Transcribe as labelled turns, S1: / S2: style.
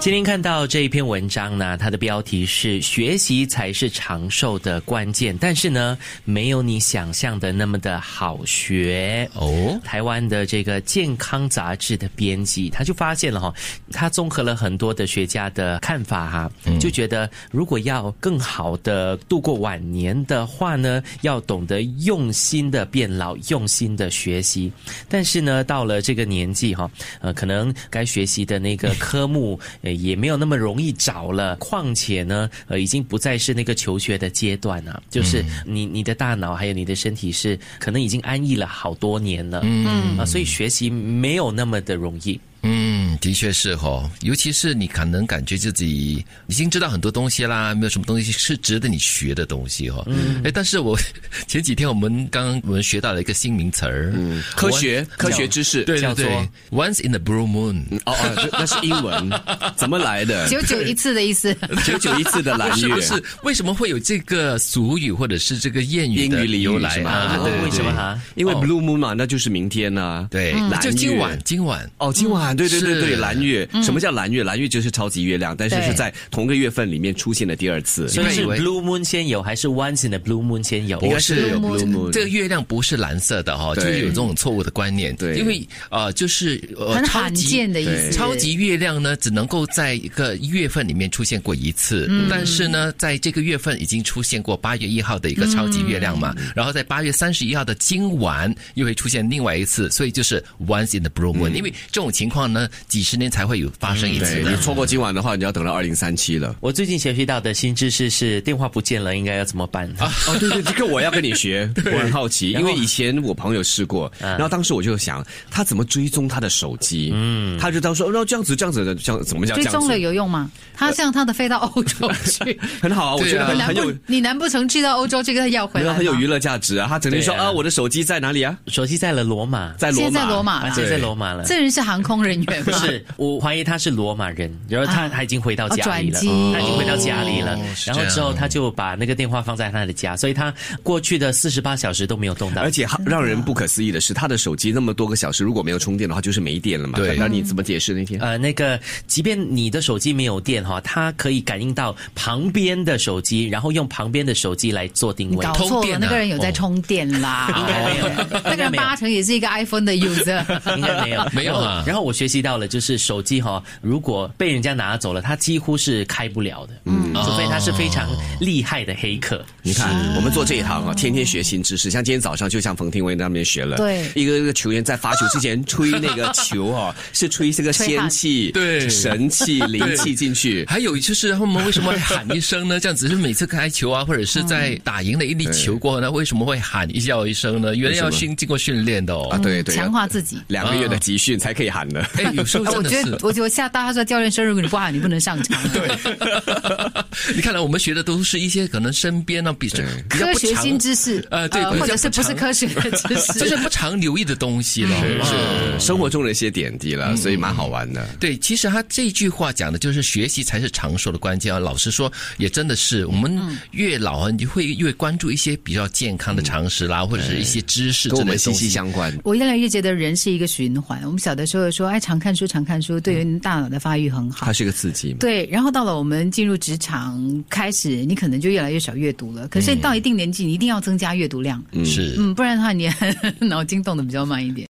S1: 今天看到这一篇文章呢，它的标题是“学习才是长寿的关键”，但是呢，没有你想象的那么的好学
S2: 哦
S1: 台湾的这个健康杂志的编辑，他就发现了哈、他综合了很多的学家的看法哈、就觉得如果要更好的度过晚年的话呢，要懂得用心的变老，用心的学习。但是呢，到了这个年纪哈、呃，可能该学习的那个科目 呃也没有那么容易找了，况且呢，呃，已经不再是那个求学的阶段啊，就是
S2: 嗯
S1: 你你的大脑还有你的身体是可能已经安逸了好多年了，嗯啊，所以学习没有那么的容易。
S2: 嗯，的确是哦，尤其是你可能感觉自己已经知道很多东西啦，没有什么东西是值得你学的东西哦。哎，但是我 前几天我们刚刚我们学到了一个新名词儿，嗯，
S3: 科学科学知识，
S2: 对
S1: 叫
S2: 对
S1: 做
S2: 对，Once in the blue moon，
S3: 哦哦，这那是英文，怎么来的？
S4: 九九一次的意思。
S3: 九九一次的蓝
S2: 啊是
S3: 月
S2: 不，是？为什么会有这个俗语或者是这个谚语
S3: 英
S2: 的
S3: 语俚语
S2: 由来
S3: 是吗
S2: 啊？对对对
S1: 为什么哈？
S3: 因为
S2: 哦
S3: blue moon 嘛，那就是明天呐。
S2: 对，那
S3: 蓝
S2: 就今
S3: 月
S2: 晚，今晚
S3: 哦，今晚对对对对，
S2: 是
S3: 蓝月。什么叫蓝月？蓝月就是超级月亮，但是
S4: 对
S3: 是在同个月份里面出现的第二次。
S1: 所以
S2: 你
S1: 是
S2: 以为
S1: blue moon 先有，还是 once in the blue moon 先有？
S2: 应该是
S3: 有
S4: Blue
S3: blue moon，
S2: 这个月亮不是蓝色的哦，就
S3: 对
S2: 是有这种错误的观念。
S3: 对
S2: 因为呃，就是呃，
S4: 很
S2: 超
S4: 罕
S2: 级
S4: 见的意思。
S3: 对
S2: 超级月亮呢，只能够在一个月份里面出现过一次，
S4: 嗯
S2: 但是呢，在这个月份已经出现过八月一号的一个超级月亮嘛，
S4: 嗯
S2: 然后在八月三十一号的今晚又会出现另外一次，所以就是 once in the blue
S4: 嗯
S2: moon，、因为这种情况呢，几十年才会有发生一次
S3: 对
S2: 的。
S3: 你错过今晚的话，你要等到二零三七了。
S1: 我最近学习到的新知识是电话不见了，应该要怎么办？啊、
S3: 哦，对对，这个我要跟你学，我很好奇，因为以前我朋友试过，然后当时我就想，他怎么追踪他的手机？嗯，他就当说，那这样子这样子的，这样怎么叫这
S4: 追
S3: 样
S4: 踪了
S3: 子？
S4: 有用吗？他像他的飞到欧洲去，
S3: 很好啊，我觉
S2: 对
S3: 得
S2: 啊
S3: 很
S4: 难
S3: 很
S4: 不
S3: 有。
S4: 你难不成去到欧洲去跟他要回
S3: 没有
S4: 来吗？
S3: 很有娱乐价值啊！他整天说
S1: 对啊
S3: 啊，我的手机在哪里啊？
S1: 手机在了罗马，
S3: 在罗
S4: 现在在
S3: 马，
S4: 罗马
S1: 啊，
S4: 了，
S1: 现在在罗马了。
S4: 这人是航空人员
S1: 不
S4: 吗？
S1: 是，我怀疑他是罗马人，然后他
S4: 啊
S1: 他已经回到家里了，
S4: 哦转机
S1: 他已经回到家里了
S2: 哦，是
S1: 然后
S2: 这样
S1: 之后他就把那个电话放在他的家，所以他过去的四十八小时都没有动到
S3: 而。且让人不可思议的是，他的手机那么多个小时如果没有充电的话，就是没电了嘛。
S2: 对嗯
S3: 那你怎么解释那天？
S1: 呃，那个，即便你的手机没有电哈，它可以感应到旁边的手机，然后用旁边的手机来做定
S4: 你
S1: 位
S4: 搞。
S2: 通
S4: 错
S2: 电
S4: 了，
S2: 啊
S4: 那个人有在充电啦。
S1: 应该没有
S4: 那个人八成也是一个 iPhone 的 user。
S1: 应该没有，
S2: 没有啊
S1: 然后然后我学习到了，就是手机哈、如果被人家拿走了，它几乎是开不了的，嗯，除非他是非常厉害的黑客。
S3: 你看，我们做这一行啊，天天学新知识。像今天早上，就像冯廷威那边学了，
S4: 对
S3: 一个一个球员在发球之前吹那个球 啊，是吹这个
S4: 吹
S3: 仙
S4: 汗
S3: 气、
S2: 对
S3: 神气、灵气进去。
S2: 还有就是他们为什么会喊一声呢？这样子是每次开球啊，或者是
S4: 嗯
S2: 在打赢了一粒球过后呢，为什么会喊一叫一声呢？原来要训经过训练的
S3: 啊，
S2: 哦。
S3: 对对，
S4: 强化自己
S3: 两个月的集训才可以喊的。
S2: 哎，有时候
S4: 哎
S2: 真
S4: 我
S2: 的
S4: 觉
S2: 是
S4: 得，。我觉得吓到他说教练说，如果你不好，你不能上场。啊对，
S2: 你看来我们学的都是一些可能身边呢比较 比较
S4: 科
S2: 不
S4: 学
S2: 常
S4: 新知识，
S2: 呃对比较
S4: 或者是不是
S2: 不常
S4: 科学的知识，
S2: 就是不常留意的东西了。
S3: 是生活中的一些点滴
S2: 嗯
S3: 了，所以蛮好玩的。
S2: 对，其实他这句话讲的就是学习才是长寿的关键啊。老实说，也真的是我们
S4: 嗯
S2: 越老啊，你就会越关注一些比较健康的常识啦，或者是一些知识之
S3: 嗯跟
S2: 类的
S3: 我们
S2: 东西
S3: 息息相关。
S4: 我越来越觉得人是一个循环。我们小的时候说，哎，常看书，常看书，对于大脑的发育很好
S3: 它。是个刺激嘛？
S4: 对，然后到了我们进入职场开始，你可能就越来越少阅读了。可是到一定年纪，你一定要增加阅读量，嗯
S2: 是。
S4: 嗯，不然的话你脑筋动得比较慢一点。